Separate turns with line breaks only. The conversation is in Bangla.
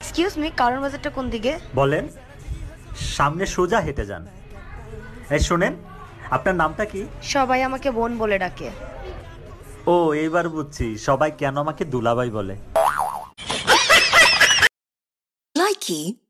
এক্সকিউজ মি কারণ বাজারটা কোন দিকে
বলেন সামনে সোজা হেঁটে যান এই শোনেন আপনার নামটা কি
সবাই আমাকে বোন বলে ডাকে
ও এইবার বুঝছি সবাই কেন আমাকে দুলাভাই বলে
Likey